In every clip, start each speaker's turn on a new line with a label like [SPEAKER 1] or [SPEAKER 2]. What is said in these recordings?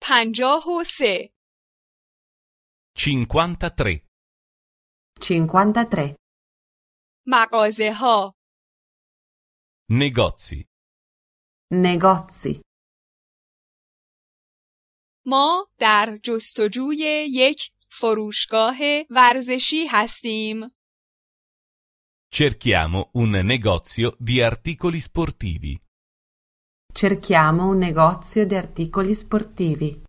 [SPEAKER 1] پنجاه و سه
[SPEAKER 2] 53.
[SPEAKER 3] 53.
[SPEAKER 1] مغازه ها
[SPEAKER 2] Negozi.
[SPEAKER 3] Negozi.
[SPEAKER 1] ما در جستجوی یک فروشگاه ورزشی هستیم
[SPEAKER 2] Cerchiamo un negozio di articoli sportivi.
[SPEAKER 3] Cerchiamo un negozio di articoli sportivi.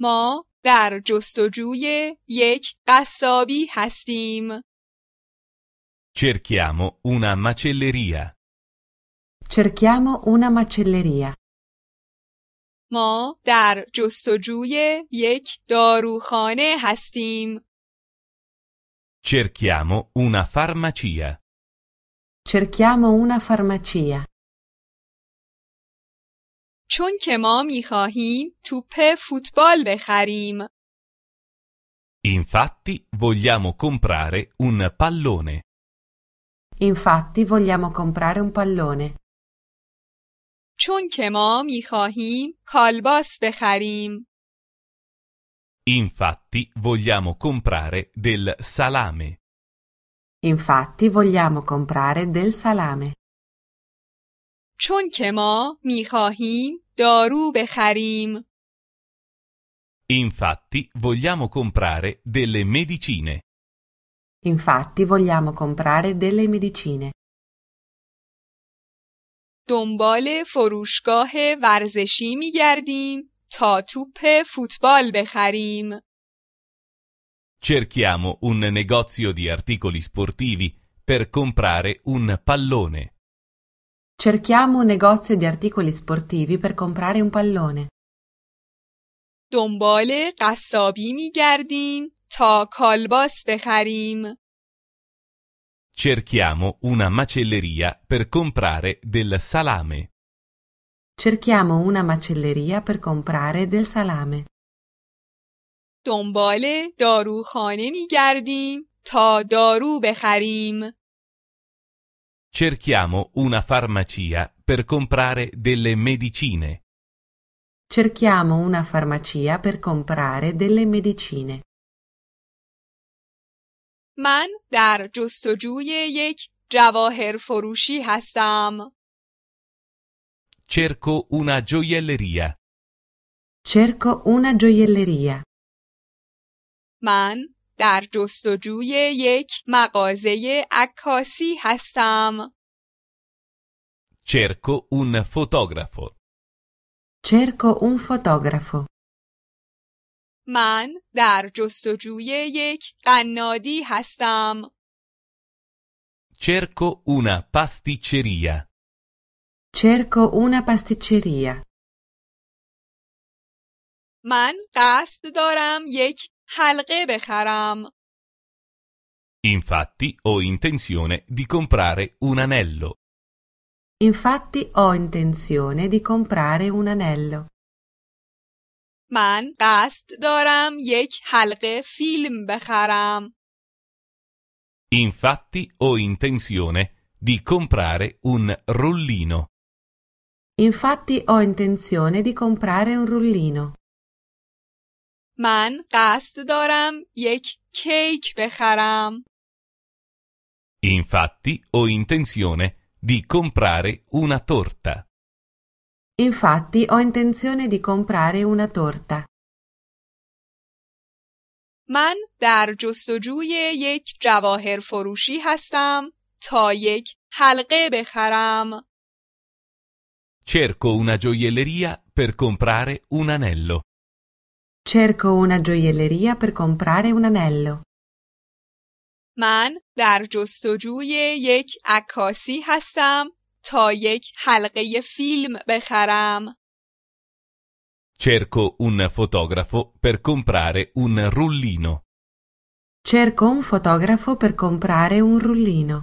[SPEAKER 1] ما در جستجوی یک قصابی هستیم
[SPEAKER 2] Cerchiamo una macelleria.
[SPEAKER 3] Cerchiamo una macelleria.
[SPEAKER 1] ما در جستجوی یک داروخانه هستیم
[SPEAKER 2] Cerchiamo una farmacia.
[SPEAKER 3] Cerchiamo una farmacia.
[SPEAKER 1] چون که ما میخواهیم توپ فوتبال بخریم
[SPEAKER 2] Infatti vogliamo comprare un pallone.
[SPEAKER 3] Infatti vogliamo comprare un pallone.
[SPEAKER 1] چون که ما میخواهیم کالباس بخریم
[SPEAKER 2] Infatti vogliamo comprare del salame.
[SPEAKER 3] Infatti vogliamo comprare del salame.
[SPEAKER 1] چون که ما میخواهیم دارو بخریم
[SPEAKER 2] Infatti vogliamo comprare delle medicine.
[SPEAKER 3] Infatti vogliamo comprare delle medicine.
[SPEAKER 1] دنبال فروشگاه ورزشی میگردیم تا توپ فوتبال بخریم
[SPEAKER 2] Cerchiamo un negozio di articoli sportivi per comprare un pallone.
[SPEAKER 3] Cerchiamo un negozio di articoli sportivi per comprare un pallone.
[SPEAKER 1] دنبال قصابی میگردیم تا کالباس بخریم
[SPEAKER 2] Cerchiamo una macelleria per comprare del salame.
[SPEAKER 3] Cerchiamo una macelleria per comprare del salame.
[SPEAKER 1] دنبال داروخانه میگردیم تا دارو بخریم
[SPEAKER 2] Cerchiamo una farmacia per comprare delle medicine.
[SPEAKER 3] Cerchiamo una farmacia per comprare delle medicine.
[SPEAKER 1] من در جستجوی یک جواهر فروشی هستم
[SPEAKER 2] Cerco una gioielleria.
[SPEAKER 3] Cerco una gioielleria.
[SPEAKER 1] من در جستجوی یک مغازه عکاسی هستم
[SPEAKER 2] Cerco un fotografo.
[SPEAKER 3] Cerco un fotografo.
[SPEAKER 1] من در جستجوی یک قنادی هستم
[SPEAKER 2] Cerco una pasticceria.
[SPEAKER 3] Cerco una pasticceria.
[SPEAKER 1] من قصد دارم یک حلقه بخرم
[SPEAKER 2] Infatti ho intenzione di comprare un anello.
[SPEAKER 3] Infatti ho intenzione di comprare un anello.
[SPEAKER 1] من قصد دارم یک حلقه فیلم بخرم
[SPEAKER 2] Infatti ho intenzione di comprare un rullino.
[SPEAKER 3] Infatti ho intenzione di comprare un rullino.
[SPEAKER 1] من قصد دارم یک کیک بخرم
[SPEAKER 2] Infatti ho intenzione di comprare una torta.
[SPEAKER 3] Infatti ho intenzione di comprare una torta.
[SPEAKER 1] من در جستجوی یک جواهر فروشی هستم تا یک حلقه بخرم
[SPEAKER 2] Cerco una gioielleria per comprare un anello.
[SPEAKER 3] Cerco una gioielleria per comprare un anello.
[SPEAKER 1] من در جستجوی یک عکاسی هستم تا یک حلقه فیلم بخرم
[SPEAKER 2] Cerco un fotografo per comprare un rullino.
[SPEAKER 3] Cerco un fotografo per comprare un rullino.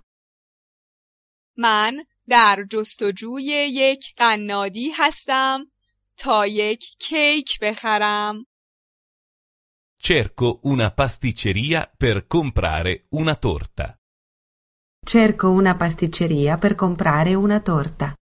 [SPEAKER 1] من در جستجوی یک قنادی هستم تا یک کیک بخرم
[SPEAKER 2] Cerco una pasticceria per comprare una torta.
[SPEAKER 3] Cerco una pasticceria per comprare una torta.